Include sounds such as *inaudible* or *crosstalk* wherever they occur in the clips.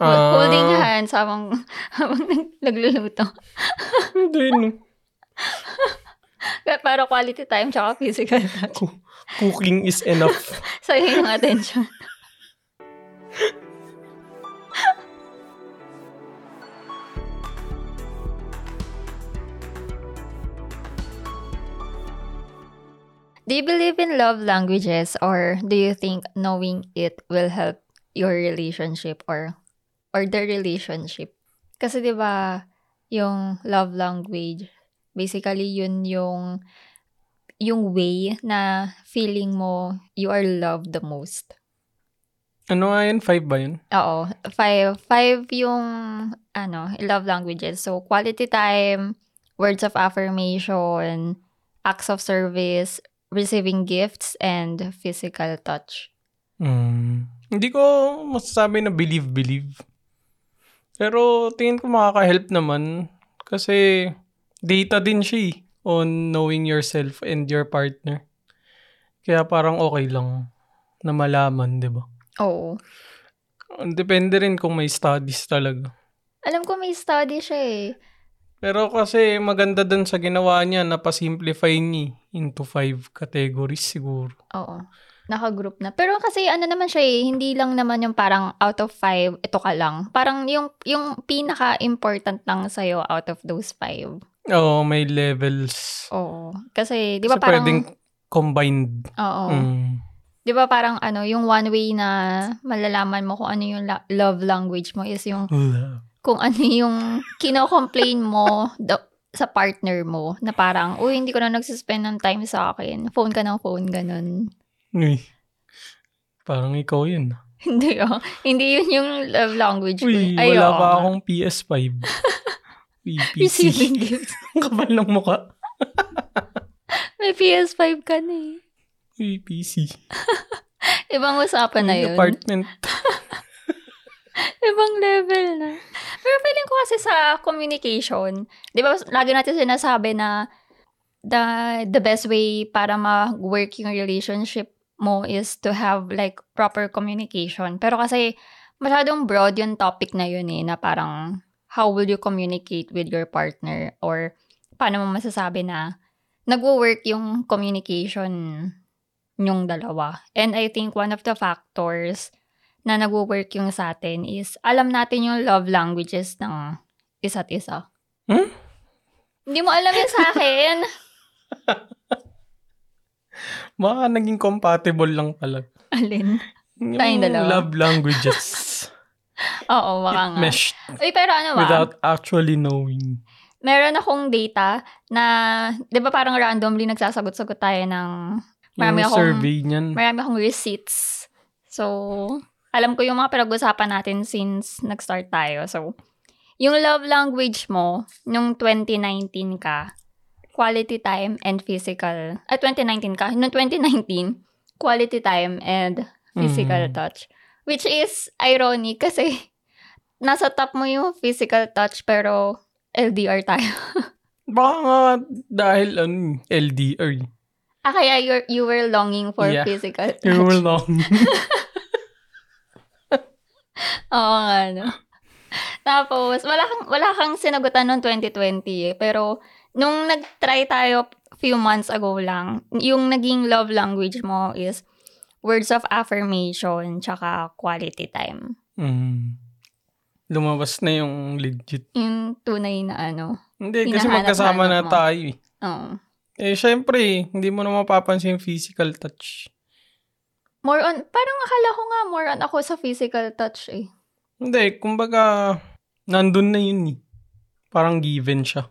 Hol- Ah. Holding hands habang, *laughs* habang nag- nagluluto. Hindi, no. Para quality time tsaka physical touch. Cu- Cooking is enough. *laughs* Sa'yo yung attention. *laughs* Do you believe in love languages or do you think knowing it will help your relationship or or the relationship? Kasi 'di ba yung love language basically yun yung yung way na feeling mo you are loved the most. *laughs* Ano nga yan? Five ba yun? Oo, five five yung ano, love languages. So quality time, words of affirmation, acts of service, receiving gifts and physical touch. Mm. Hindi ko masasabi na believe-believe. Pero tingin ko makaka-help naman. Kasi data din siya eh, on knowing yourself and your partner. Kaya parang okay lang na malaman, di ba? Oo. Depende rin kung may studies talaga. Alam ko may study siya eh. Pero kasi maganda dun sa ginawa niya, napasimplify niya eh, into five categories siguro. Oo. Naka-group na. Pero kasi ano naman siya eh, hindi lang naman yung parang out of five, ito ka lang. Parang yung, yung pinaka-important lang sa'yo out of those five. Oo, may levels. Oo. Kasi, di Kasi ba parang, pwedeng combined. oo. Mm. Di ba parang ano, yung one way na malalaman mo kung ano yung la- love language mo is yung, kung ano yung kino-complain mo do- sa partner mo na parang, uy, hindi ko na nagsuspend ng time sa akin. Phone ka ng phone, ganun. *laughs* Uy. Parang ikaw yun. Hindi oh. Hindi yun yung love language ko. Uy, Ay, wala oo pa nga. *laughs* akong PS5. Uy, PC. Receiving gifts. *laughs* Ang Kapal ng mukha. May PS5 ka na eh. Uy, PC. Ibang usapan na Uy, yun. Apartment. *laughs* Ibang level na. Pero feeling ko kasi sa communication, di ba lagi natin sinasabi na the, the best way para ma-work yung relationship mo is to have like proper communication. Pero kasi masyadong broad yung topic na yun eh, na parang how will you communicate with your partner or paano mo masasabi na nagwo-work yung communication yung dalawa. And I think one of the factors na nagwo-work yung sa atin is alam natin yung love languages ng isa't isa. Hmm? Hindi mo alam yun sa *laughs* akin. Baka naging compatible lang pala. Alin? Yung Tayong dalawa. love languages. Oo, baka It *laughs* nga. meshed Uy, pero ano ba? without actually knowing. Meron akong data na, di ba parang randomly nagsasagot-sagot tayo ng Yung marami akong, survey niyan. Mm. marami akong receipts. So, alam ko yung mga pinag-usapan natin since nag-start tayo. So, yung love language mo, nung 2019 ka, quality time and physical. At 2019 ka, nung 2019, quality time and physical Mm. touch. Which is ironic kasi nasa top mo yung physical touch pero LDR tayo. *laughs* Baka nga dahil ano, LDR. Ah, kaya you're, you were longing for Yeah. physical touch. You were long. Oo nga, no. Tapos, wala kang, wala kang sinagutan noong 2020 eh. Pero, nung nag-try tayo few months ago lang, yung naging love language mo is words of affirmation tsaka quality time. Mm. Lumabas na yung legit. Yung tunay na ano. Hindi, kasi Hinahanap-hanap magkasama na mo. tayo eh. Oo. Eh, syempre, hindi mo na mapapansin yung physical touch. More on, parang akala ko nga more on ako sa physical touch eh. Hindi, kumbaga, nandun na yun eh. Parang given siya.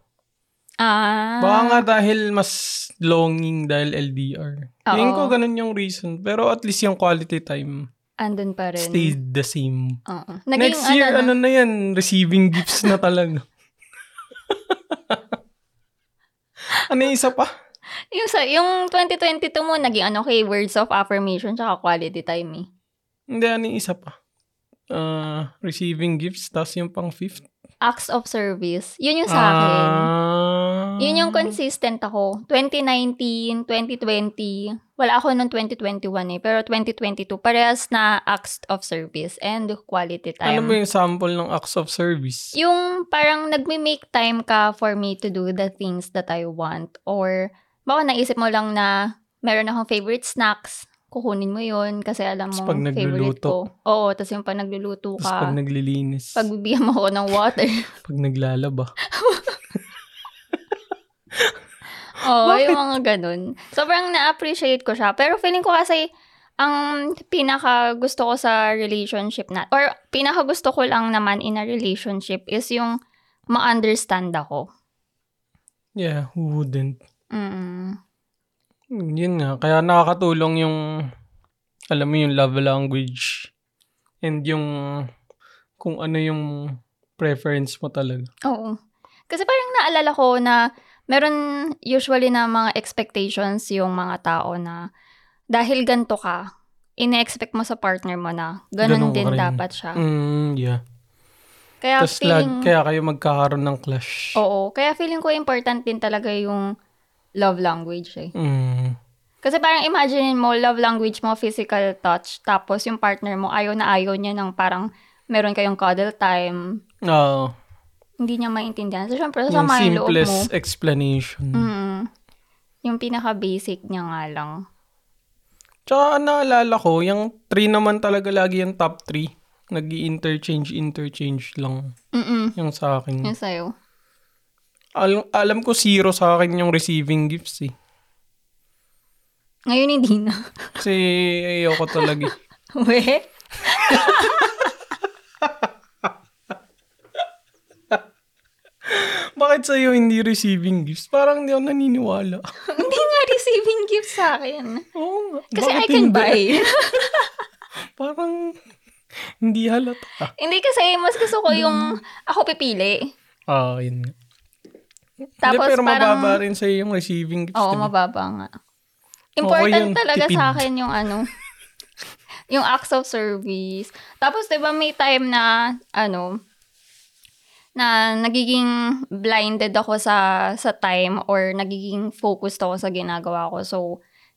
Ah. Baka nga dahil mas longing dahil LDR. Tingin Oo. ko ganun yung reason. Pero at least yung quality time Andun pa rin. stayed the same. Oo. Naging Next year, ano, ano, na- na yan? Receiving gifts na talaga. *laughs* ano yung isa pa? Yung, sa, yung 2022 mo, naging ano kay words of affirmation tsaka quality time eh. Hindi, ano yung isa pa? Ah, receiving gifts, tapos yung pang fifth. acts of service. Yun yung sa akin. Ah, Yun yung consistent ako. 2019, 2020, wala ako noong 2021 eh, pero 2022, parehas na acts of service and quality time. Ano ba yung sample ng acts of service? Yung parang nagme-make time ka for me to do the things that I want. Or, baka naisip mo lang na meron akong favorite snacks, kukunin mo yun kasi alam Tas mo, pag favorite nagluluto. ko. Oo, tapos yung pag nagluluto Tapos pag ka, naglilinis, pag, pagbibigyan mo ako ng water. naglalaba. Oo, yung mga ganun. Sobrang na-appreciate ko siya. Pero feeling ko kasi, ang pinaka gusto ko sa relationship na, or pinaka gusto ko lang naman in a relationship is yung ma-understand ako. Yeah, who wouldn't? Mm. Mm, Yun nga, kaya nakakatulong yung, alam mo yung love language and yung kung ano yung preference mo talaga. Oo. Kasi parang naalala ko na meron usually na mga expectations yung mga tao na dahil ganto ka, ine-expect mo sa partner mo na Ganun ganun, ka din rin. dapat siya. Mm, yeah. Kaya Tapos feeling, Oh. kaya kayo magkakaroon ng clash. oo, kaya feeling ko important din talaga yung love language eh. Mm, Kasi parang imagine mo, love language mo, physical touch, tapos yung partner mo, ayaw na ayaw niya ng parang meron kayong cuddle time, Oo. hindi niya maintindihan. So, syempre, yung sasama yung loob mo. simplest explanation. Mm. Yung pinaka-basic niya nga lang. Tsaka naalala ko, yung three naman talaga lagi yung top three. nag interchange interchange lang Mm-mm. yung sa akin. Yung sa'yo. Al- alam ko zero sa akin yung receiving gifts eh. Ngayon hindi na. *laughs* Kasi ayoko talaga eh. We? Bakit sa'yo hindi receiving gifts? Parang hindi ako *laughs* naniniwala. hindi nga receiving gifts sa akin. Oo nga. Kasi Bakit I can hindi? buy. *laughs* Parang hindi halata. hindi kasi mas gusto ko Hmm. yung ako pipili. Ah, yun nga. Tapos hindi, pero parang, mababa rin sa'yo yung receiving gifts. oo, diba? mababa nga. yun, Important talaga tipid. sa akin yung ano, *laughs* yung acts of service. Tapos, di ba, may time na, ano, na nagiging blinded ako sa sa time or nagiging focused ako sa ginagawa ko. So,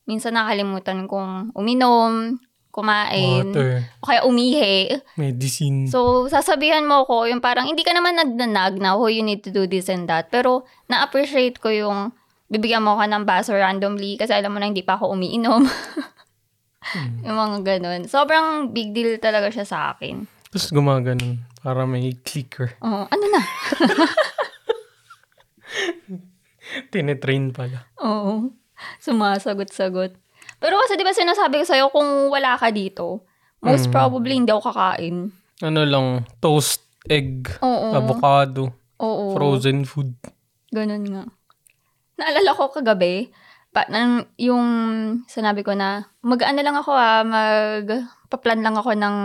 minsan nakalimutan kong uminom, kumain, Water, o kaya umihi. medicine. So, sasabihan mo ko yung parang hindi ka naman nagnanag na, oh, you need to do this and that. Pero, na-appreciate ko yung bibigyan mo ka ng baso randomly kasi alam mo na hindi pa ako umiinom. Hmm. *laughs* yung mga ganun. Sobrang big deal talaga siya sa akin. Tapos gumaganon para may clicker. *laughs* Oh, ano na? Tinetrain pala. Oo. Sumasagot-sagot. Pero kasi di ba sinasabi ko sa'yo, kung wala ka dito, most Hmm. probably hindi ako kakain. Ano lang, toast, egg, Oo. avocado, Oo. frozen food. Ganun nga. Naalala ko kagabi, pa, nang, yung sinabi ko na, mag-ano lang ako ah, mag-paplan lang ako ng,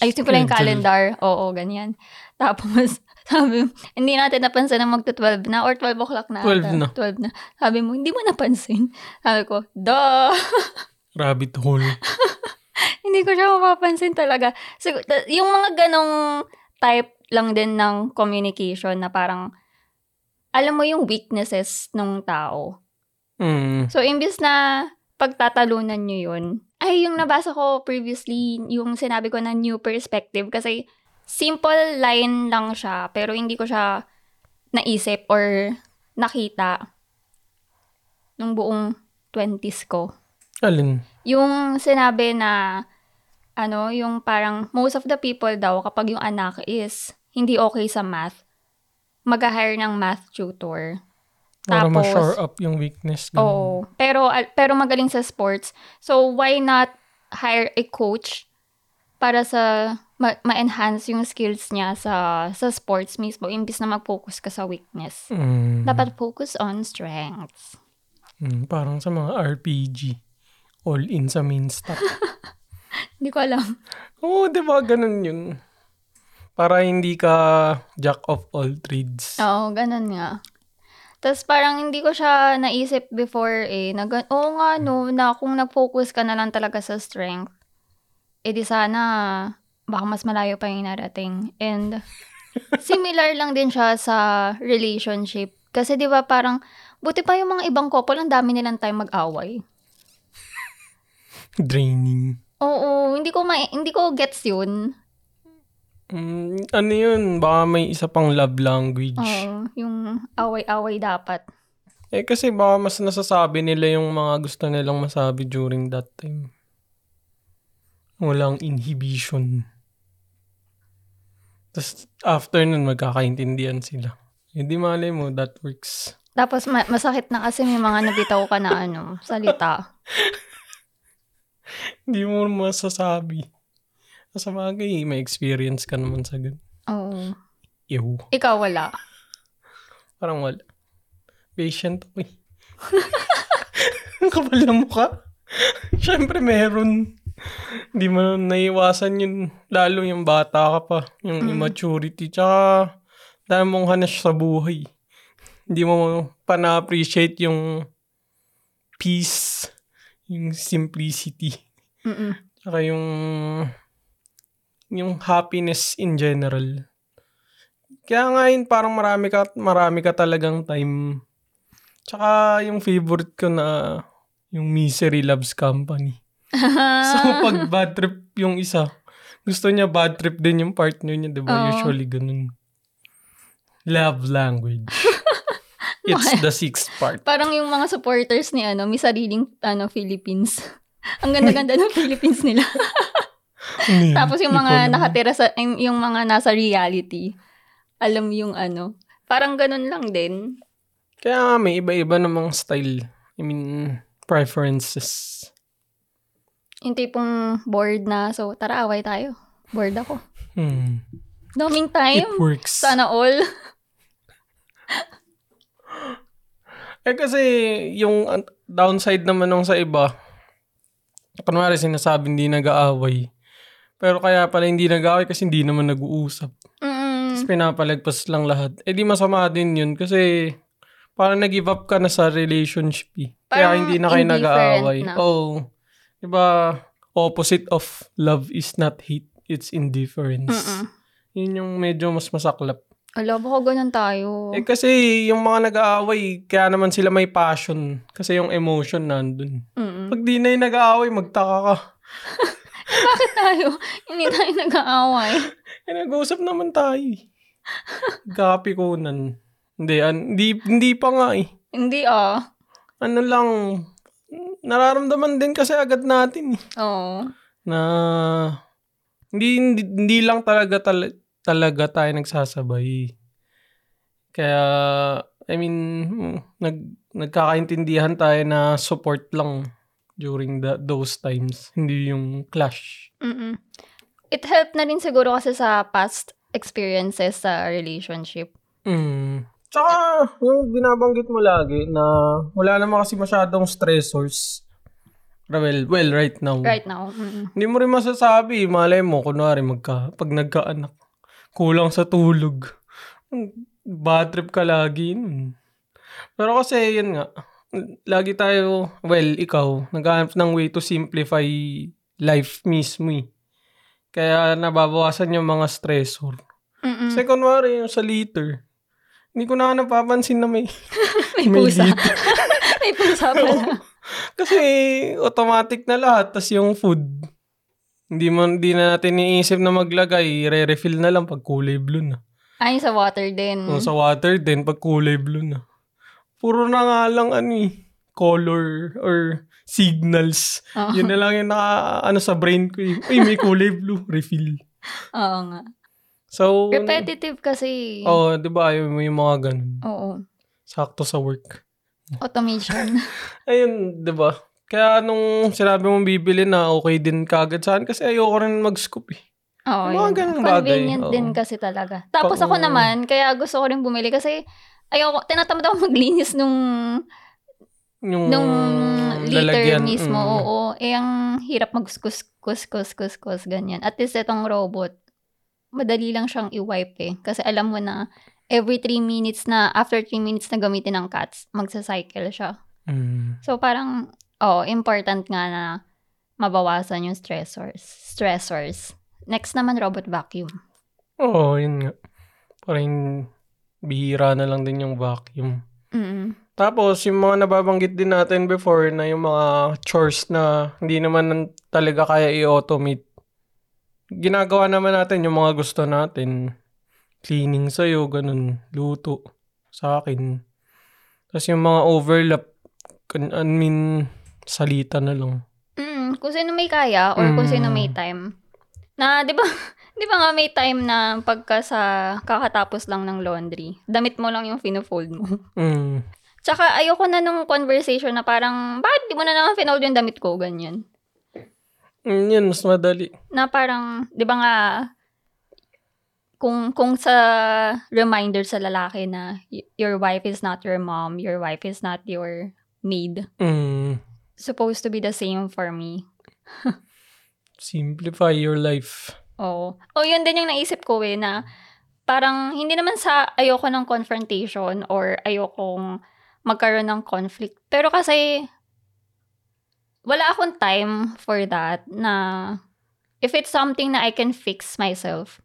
ayusin ko lang yung Schedule. calendar. Oo, ganyan. Tapos, *laughs* sabi mo, hindi natin napansin na magta-12 na or 12 o'clock na. 12 ata. na. 12 na. Sabi mo, hindi mo napansin. Sabi ko, duh! *laughs* Rabbit hole. hindi ko siya mapapansin talaga. Sigur- ta- yung mga ganong type lang din ng communication na parang, alam mo yung weaknesses ng tao. Mm. So, imbis na pagtatalunan nyo yun, ay, yung nabasa ko previously, yung sinabi ko na new perspective, kasi simple line lang siya, pero hindi ko siya naisip or nakita nung buong 20s ko Alin? yung sinabi na ano, yung parang most of the people daw kapag yung anak is hindi okay sa math, mag-hire ng math tutor. Para Tapos- ma-shore up yung weakness. ganun. Oo. Pero al- pero magaling sa sports. So why not hire a coach para sa ma- ma-enhance yung skills niya sa sa sports mismo imbis na mag-focus ka sa weakness. Mm. Dapat focus on strengths. Mm, parang sa mga RPG. All in sa main stack. *laughs* Hindi ko alam. Oo, di ba? Ganun yun. Para hindi ka jack of all trades. Oo, ganun nga. Tapos parang hindi ko siya naisip before eh, na gan- oo nga no, na kung nag-focus ka na lang talaga sa strength, eh di sana baka mas malayo pa yung narating. And similar lang din siya sa relationship. Kasi di ba parang, buti pa yung mga ibang couple, ang dami nilang time mag-away. Draining. Oo, hindi ko ma- hindi ko gets yun. Mm, ano yun? Baka may isa pang love language. Oo, yung away-away dapat. Eh kasi baka mas nasasabi nila yung mga gusto nilang masabi during that time. Walang inhibition. Tapos after nun, magkakaintindihan sila. Hindi malay mo, that works. *laughs* Tapos ma- masakit na kasi may mga nabitaw ka na ano, salita. Hindi mo masasabi. Sa bagay, may experience ka naman sa ganun. Oo. Ew. Ikaw wala. Parang wala. Patient ako eh. *laughs* Ang kapal ng mukha. Siyempre meron. Hindi mo naiwasan yun. Lalo yung bata ka pa. Yung Mm. immaturity. Tsaka dahil mong hanas sa buhay. Hindi mo pa na-appreciate yung peace. Yung simplicity. Mm-mm. Tsaka yung yung happiness in general. Kaya nga yun, parang marami ka, marami ka talagang time. Tsaka yung favorite ko na yung Misery Loves *laughs* Company. So pag bad trip yung isa, gusto niya bad trip din yung partner niya, di ba? Oo. Usually ganun. Love *laughs* language. It's the sixth part. Parang yung mga supporters ni ano, may sariling ano, Philippines. *laughs* Ang ganda-ganda ng Philippines nila. Ano yun? Tapos yung Hindi ko mga alam. nakatira sa, yung yung mga nasa reality, alam yung ano. Parang ganun lang din. Kaya nga may iba-iba namang style. I mean, preferences. Yung tipong bored na, so tara away tayo. Bored ako. Hmm. Daming It time. works. Sana all. Eh kasi yung uh, downside naman nung sa iba, kunwari sinasabi hindi nag-aaway. Pero kaya pala hindi nag-aaway kasi hindi naman nag-uusap. Hmm. Tapos Mm-mm. pinapalagpas lang lahat. Eh di masama din yun kasi parang nag-give up ka na sa relationship eh. Kaya Parang hindi na kayo indifferent nag-aaway. na. Oh. Diba, opposite of love is not hate, it's indifference. Mm-mm. Yun yung medyo mas masaklap. Alam ko, ganun tayo. Eh kasi yung mga nag-aaway, kaya naman sila may passion. Kasi yung emotion nandun. Mm-mm. *laughs* Pag di na yung nag-aaway, magtaka ka. Bakit tayo? Hindi tayo nag-aaway. Eh nag-uusap naman tayo eh. Kapikunan. Hindi, an- hindi, hindi pa nga eh. Hindi ah. Ano lang, nararamdaman din kasi agad natin eh. Oo. Na hindi, hindi, hindi lang talaga tal- talaga tayo nagsasabay. Kaya, I mean, mm, nag, nagkakaintindihan tayo na support lang during the, those times. Hindi yung clash. Mm-mm. It helped na rin siguro kasi sa past experiences sa relationship. Mm. Tsaka, yung binabanggit mo lagi na wala naman kasi masyadong stressors. Well, well right now. Right now. Mm-mm. Hindi mo rin masasabi. Malay mo, kunwari, magka, pag nagkaanak, kulang sa tulog. Bad trip ka lagi. nun. Pero kasi, yun nga, lagi tayo, well, ikaw, naghahanap ng way to simplify life mismo eh. Kaya nababawasan yung mga stressor. *laughs* Mm-mm. Kasi kunwari, yung sa liter, hindi ko na napapansin na may, May may pusa. liter. *laughs* May *laughs* pusa pala. Kasi automatic na lahat. Tapos yung food, hindi, mo, hindi na natin iniisip na maglagay. Re-refill na lang pag kulay blue na. Ay, sa water din. O, Oh, sa water din, pag kulay blue na. Puro na nga lang ano eh, color or signals. Oo. Yun na lang yung naka, ano sa brain ko eh. Uy, may kulay blue, refill. Oo nga. So, Repetitive kasi. Oh, di ba? Yung, yung mga ganun. Oo. Sakto sa work. *laughs* Automation. Ayun, 'di ba? Kaya nung sinabi mong bibili na okay din kagad sa akin kasi ayoko rin mag-scoop eh. Oo, Yung mga yun. ganung bagay, Convenient oo. din kasi talaga. Tapos ako Oo. naman, kaya gusto ko rin bumili kasi ayoko, tinatamad ako maglinis nung Yung nung liter lalagyan, mismo, mm. oo. Eh, ang hirap magkuskus, kus, kus, kus, kus, ganyan. At least itong robot, madali lang siyang i-wipe eh. Kasi alam mo na, every 3 minutes na, after 3 minutes na gamitin ng cats, magsa-cycle siya. Mm. So, parang, oh, important nga na mabawasan yung stressors. Stressors. Next naman, robot vacuum. Oo, yun nga. Parang bihira na lang din yung vacuum. Mm-mm. Tapos, yung mga nababanggit din natin before na yung mga chores na hindi naman talaga kaya i-automate. Ginagawa naman natin yung mga gusto natin. Cleaning sa'yo, ganun. Luto. Sa akin. Tapos yung mga overlap, kun- I mean, salita na lang. Mm, kung sino may kaya or kung sino may Mm. time. Na, di ba, *laughs* di ba nga may time na pagka sa kakatapos lang ng laundry, damit mo lang yung finofold mo. *laughs* Mm. Tsaka ayoko na nung conversation na parang, bakit di mo na naman finold yung damit ko, ganyan. Mm, Yun, mas madali. Na parang, di ba nga, kung, kung sa reminder sa lalaki na y- your wife is not your mom, your wife is not your maid, Mm. supposed to be the same for me. Simplify your life. Oo. O yun din yung naisip ko eh, na parang hindi naman sa ayoko ng confrontation or ayokong magkaroon ng conflict. Pero kasi wala akong time for that na if it's something na I can fix myself,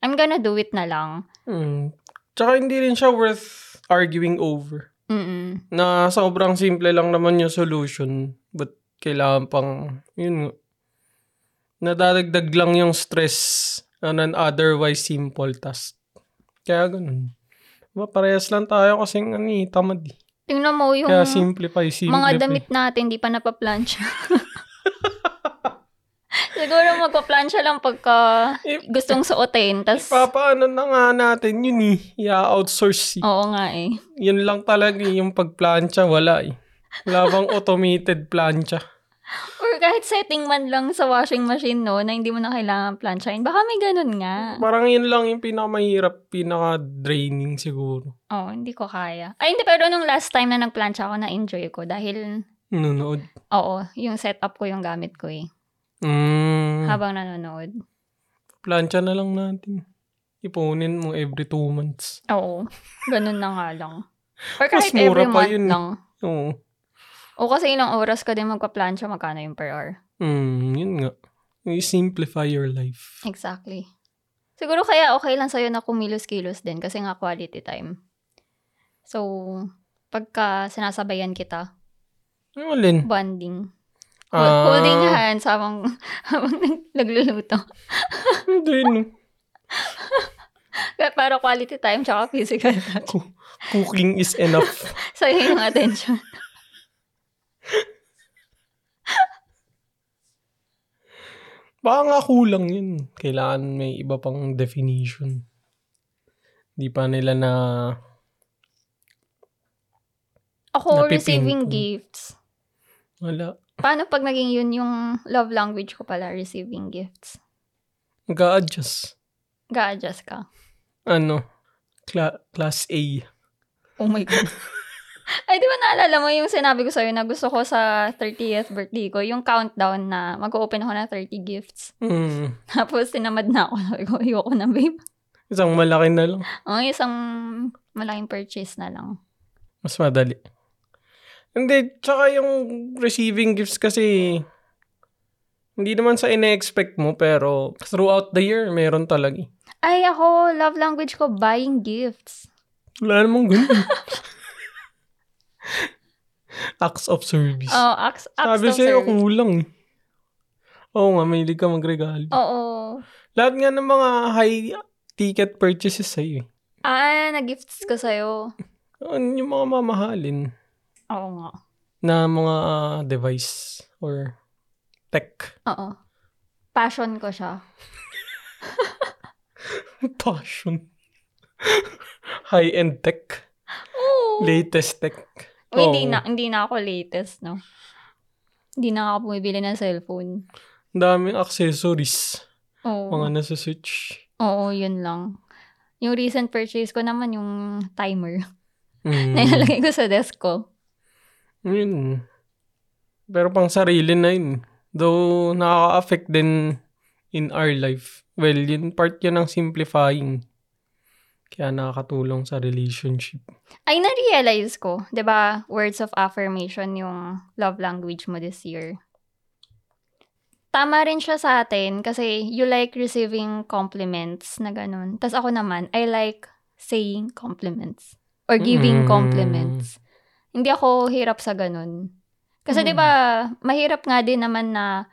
I'm gonna do it na lang. Mm. Tsaka hindi rin siya worth arguing over. Mm-mm. na sobrang simple lang naman yung solution but kailangan pang yun nga nadadagdag lang yung stress on an otherwise simple task kaya ganun ba parehas lang tayo kasi ano eh, tamad eh. Tingnan mo yung kaya simplify simplify mga damit natin, di pa napaplansya. *laughs* Siguro magpaplansya lang pagka Ip- gustong suotin. Tas, ipapaano ano na nga natin yun eh i-outsource eh. oo nga eh. yun lang talaga eh, yung pagplancha wala eh wala bang automated plancha Or kahit setting man lang sa washing machine, no, na hindi mo na kailangan plansyahin. Baka may ganun nga. parang yun lang yung pinakamahirap pinaka-draining siguro Oo, oh, hindi ko kaya. Ay, hindi, pero nung last time na nagplansya ako, na-enjoy ko. Dahil, nanonood oo, yung setup ko yung gamit ko eh. Mm. Habang nanonood. Plancha na lang natin. Ipunin mo every two months. Oo, ganun na nga lang. Or Mas kahit every mura pa month yun. eh. lang. Oo. O kasi ilang oras ka din magpa-plancha, magkano yung per hour. Mm, yun nga. You simplify your life. Exactly. Siguro kaya okay lang sa'yo na kumilos-kilos din kasi nga quality time. So, pagka sinasabayan kita, Ano Lin? bonding. Ah, holding hands habang, *laughs* habang nag- nagluluto. Hindi, no. Kaya Para quality time tsaka physical *laughs* time. Cu- Cooking is enough. Sayang yung attention. Baka nga kulang yun. Kailangan may iba pang definition. Di pa nila na... Ako Napipinto. receiving gifts. Wala. Paano pag naging yun yung love language ko pala, receiving gifts? Mag-a-adjust. Ga-adjust ka. Ano? Cla- class A. Oh my God. *laughs* Ay, di ba naalala mo yung sinabi ko sa'yo na gusto ko sa 30th birthday ko, yung countdown na mag-open ako ng 30 gifts. *laughs* Mm. Tapos tinamad na ako. Sabi ko, ayoko na, babe. Isang malaki na lang. Oh, isang malaking purchase na lang. Mas madali. Hindi, tsaka yung receiving gifts kasi hindi naman sa ine-expect mo pero throughout the year meron talaga. eh. Ay, ako, love language ko, buying gifts. Wala namang *laughs* ganun. Acts of service. Oh, acts, acts Sabi of sa'yo, service. kulang. eh. Oo nga, mahilig ka magregalo. Oo. Lahat nga ng mga high ticket purchases sa'yo eh. Ah, na-gifts ko sa'yo. Yun, Yung mga mamahalin Oo nga. na mga ah, device or tech. Oo. Passion ko siya. Passion. Ano *laughs* High-end tech. Oo. Latest tech. Uy, hindi, Oo. na, hindi na ako latest, no? Hindi na ako bumibili ng cellphone. Ang daming accessories. Oo. Mga nasa switch. Oo, yun lang. Yung recent purchase ko naman yung *laughs* timer na Mm. ilalagay ko sa desk ko. yun. Pero pang sarili na yun. Though, nakaka-affect din in our life. Well, yun, part yun ng simplifying. Kaya nakakatulong sa relationship. Ay, na-realize ko, 'di ba words of affirmation yung love language mo this year. Tama rin siya sa atin kasi you like receiving compliments na ganun. Tapos ako naman, I like saying compliments or giving Mm. compliments. Hindi ako hirap sa ganun. Kasi Mm. 'di ba, mahirap nga din naman na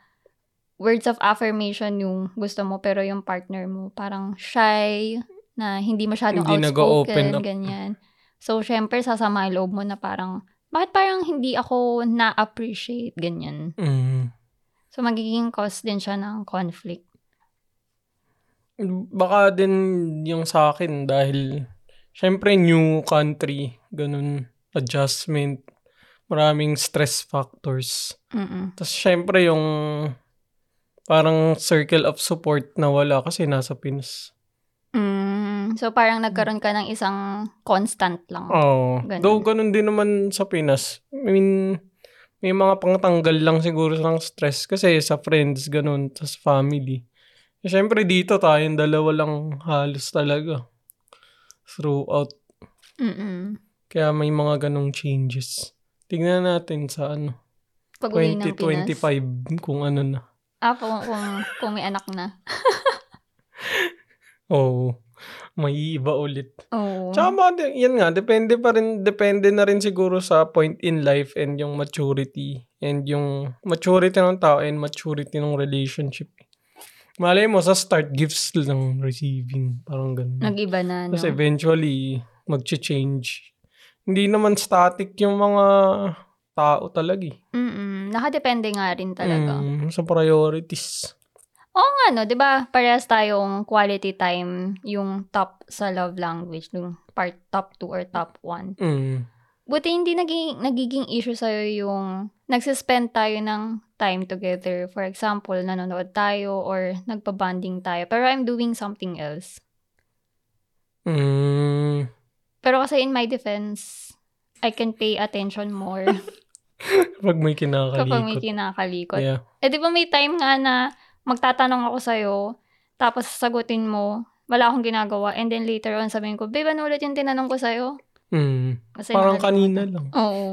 words of affirmation yung gusto mo pero yung partner mo parang shy na hindi masyadong Hindi nag-o-open outspoken up. ganyan. So syempre sasama yung loob mo na parang bakit parang hindi ako na-appreciate ganyan. Mm. So magiging cause din siya ng conflict. Baka din yung sa akin dahil syempre new country, ganun, adjustment, maraming stress factors. Mm. Tapos syempre yung parang circle of support na wala kasi nasa Pinas. Mm, so parang nagkaroon ka ng isang constant lang. Oo. Ganun. Though ganun din naman sa Pinas. I mean, may mga pangtanggal lang siguro ng stress kasi sa friends, ganun, tas family. Siyempre dito tayong dalawa lang halos talaga throughout. Oh. Mm. Kaya may mga ganong changes. Tignan natin sa ano, Pag uwi ng Pinas. 2025 kung ano na. Ah, kung, kung, kung may anak na. Oo. May iba ulit. Oo. Tsaka mga de- yan nga, depende pa rin, depende na rin siguro sa point in life and yung maturity and yung maturity ng tao and maturity ng relationship. Malay mo, sa start, gifts lang receiving. Parang ganun. Nag-iba na, no? Tapos eventually, mag-change. Hindi naman static yung mga tao talaga eh. Mm-mm. Nakadepende nga rin talaga. Mm, sa priorities. Oo nga, no? 'Di ba parehas tayong quality time yung top sa love language, yung part top 2 or top 1. Mm. Buti hindi naging, nagiging issue sa'yo yung nagsispend tayo ng time together. For example, nanonood tayo or nagpa-bonding tayo. Pero I'm doing something else. Mm. Pero kasi in my defense, I can pay attention more Kapag may kapag kinakalikot. may kinakalikot. Yeah. Eh, di ba may time nga na magtatanong ako sa'yo, tapos sasagutin mo, wala akong ginagawa, and then later on sabihin ko, babe, ano ulit yung tinanong ko sa'yo? Mm. Kasi Parang kanina nakalimutan. lang. Oo.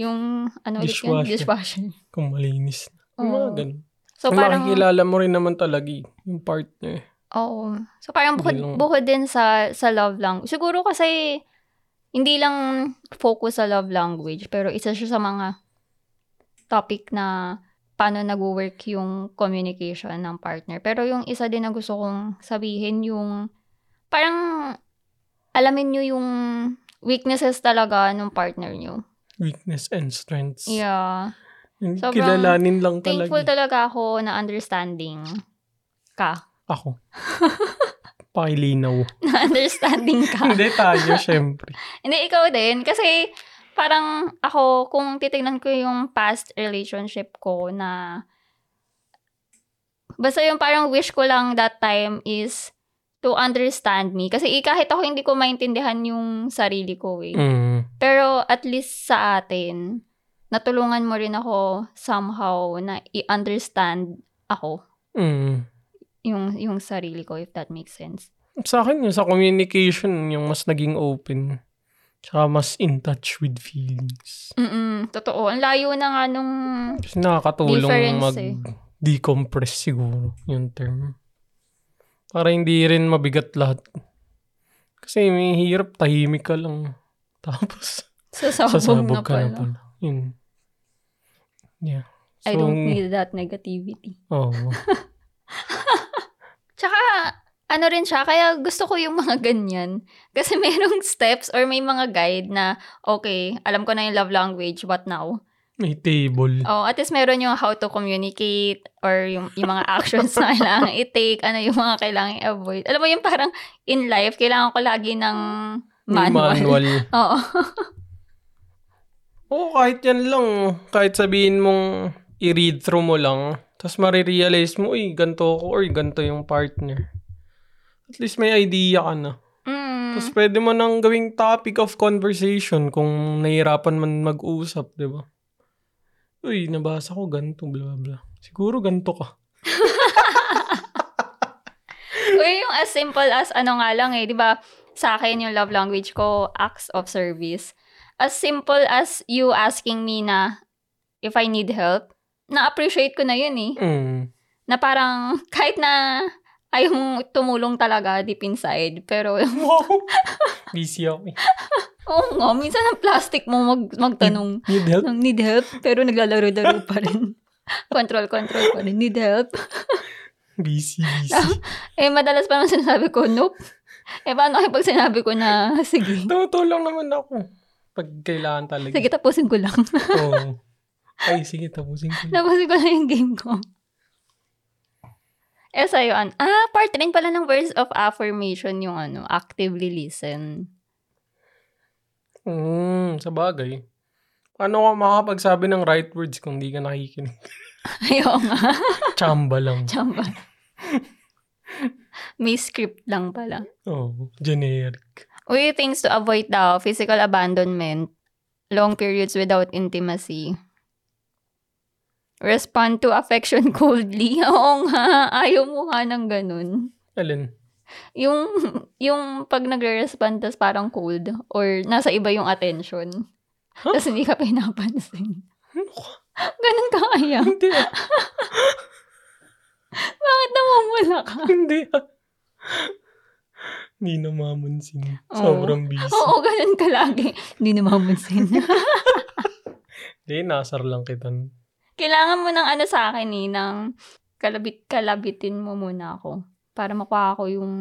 Yung, ano ulit yun? Dishwasher. Dishwasher. Kung malinis na. Yung mga Oo. ganun. So, Yung parang, makikilala mo rin naman talaga eh, yung partner. oo. So, parang bukod, Hindi lang- bukod din sa, sa love language. Siguro kasi, hindi lang focus sa love language, pero isa siya sa mga topic na paano nag-work yung communication ng partner. Pero yung isa din na gusto kong sabihin, yung parang alamin nyo yung weaknesses talaga ng partner nyo. Weakness and strengths. Yeah. Yung Sobrang Kilalanin lang Thankful talaga. eh. talaga ako na understanding *laughs* ka. *laughs* Ako. Pakilinaw. Na understanding ka. Hindi *laughs* tayo, syempre. Hindi, ikaw din. Kasi, parang ako, kung titignan ko yung past relationship ko na, basta yung parang wish ko lang that time is to understand me. Kasi eh, kahit ako hindi ko maintindihan yung sarili ko eh. Mm. Pero at least sa atin, natulungan mo rin ako somehow na i-understand ako Mm. yung yung sarili ko if that makes sense. Sa akin, yung sa communication, yung mas naging open. Tsaka mas in touch with feelings. Mm. Totoo. Ang layo na nga nung Kasi nakakatulong Difference mag eh. decompress siguro yung term. Para hindi rin mabigat lahat. Kasi may hirap, tahimik ka lang. *laughs* Tapos, sasabog Oh, na Sasabog ka na pala. pala. Yun. Yeah. So, I don't need that negativity. Oo. Tsaka, ano rin siya, kaya gusto ko yung mga *laughs* ganyan. Kasi *laughs* merong steps or may mga guide na, okay, alam ko na yung love language, what now? May *laughs* table. Oh, at least meron yung how to communicate or yung, yung mga actions na *laughs* kailangan i-take, ano yung mga kailangan i-avoid. Alam mo yung parang in life, kailangan ko lagi ng May manual. manual. *laughs* Oo. Oo, kahit yan lang. Kahit sabihin mong i-read through mo lang, tapos marirealize mo, uy, ganito ako or ganito yung partner. At least may idea ka na. Mm. Tapos pwede mo nang gawing topic of conversation kung nahihirapan man mag-usap, di ba? Uy, nabasa ko ganito, bla bla. Siguro ganito ka. Or yung as simple as ano nga lang eh, di ba? Sa akin yung love language ko, acts of service. As simple as you asking me na if I need help, na-appreciate ko na yun eh. Mm. Na parang *laughs* kahit na ayaw mong tumulong talaga deep inside. Pero, *laughs* Wow! *laughs* Busy ako. eh. oo nga, minsan ang plastic mo mag, magtanong Need help? ng need help, pero naglalaro-laro pa rin. *laughs* control, control pa rin. Need help. Busy, busy. Eh, madalas pa naman sinasabi ko, nope. Eh, paano kaya pag sinabi ko na, sige. Tumutulong naman ako. Pag kailangan talaga. Sige, tapusin ko lang. *laughs* Oo. Ay, sige, tapusin ko. na. Tapusin ko lang yung game ko. Eh, sa'yo, an- ah, part 9 pala ng words of affirmation yung ano, actively listen. *laughs* Mm, sa bagay. Paano ka makakapagsabi ng right words kung di ka nakikinig? Ayaw nga, Chamba *laughs* lang. tsamba. May script lang pala. Oo, generic. Uy, things to avoid daw, physical abandonment, long periods without intimacy. Respond to affection coldly. *laughs* Oo nga, ayaw mo nga ng ganun. Alin? Yung, *laughs* yung pag nagre-respond, tas parang cold, or nasa iba yung attention. Huh? Tas hindi ka pinapansin. *laughs* Ganun ka kaya. Ano Hindi ah. Bakit namumula *laughs* ka? Hindi ah. Hindi namamansin. Oo. Sobrang busy. Oh. Oo, ganun ka lagi. Hindi namamansin. Hindi, nasar lang kita. *laughs* Kailangan mo ng ano sa akin eh, ng kalabit, kalabitin mo muna ako para makuha ko yung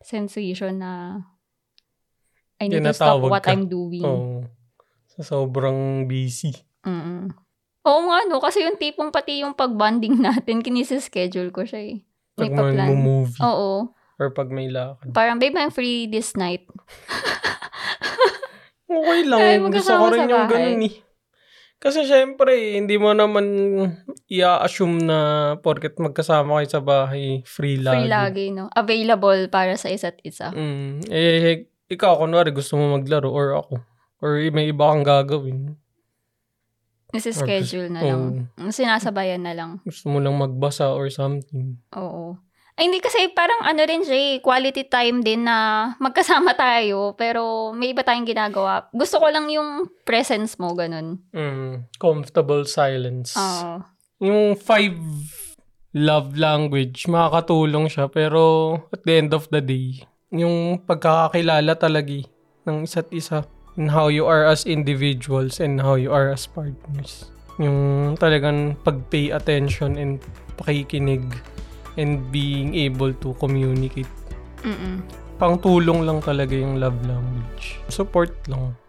sensation na I need to stop Tinatawag what ka. Oh. I'm doing. Oo. Sa sobrang busy. Mm-mm. Oo nga no, kasi yung tipong pati yung pag-bonding *laughs* natin, kinisischedule ko siya eh. Pag May may pa-plan. Oh. movie Oo. or pag may lakad. Parang, babe, I'm free this night. Okay lang. Ay, Gusto magkasama ko sa rin yung bahay. ganun eh. Kasi syempre, hindi mo naman i-assume na porket magkasama kayo sa bahay, free lagi. Free lagi, no? Available para sa isa't isa. Mm, eh, ikaw, kunwari, gusto mo maglaro or ako. Or may iba kang gagawin. Nisischedule na lang. Oo. Sinasabayan na lang. gusto mo lang magbasa or something. Oo. Ay, hindi kasi parang ano rin siya eh, quality time din na magkasama tayo, pero may iba tayong ginagawa. Gusto ko lang yung presence mo, ganun. Mm, comfortable silence. Oo. Yung five love language, makakatulong siya. Pero at the end of the day, yung pagkakakilala talaga eh, ng isa't isa and how you are as individuals and how you are as partners. Yung talagang pag-pay attention and pakikinig and being able to communicate. Mm-mm. Pangtulong lang talaga yung love language. Support lang.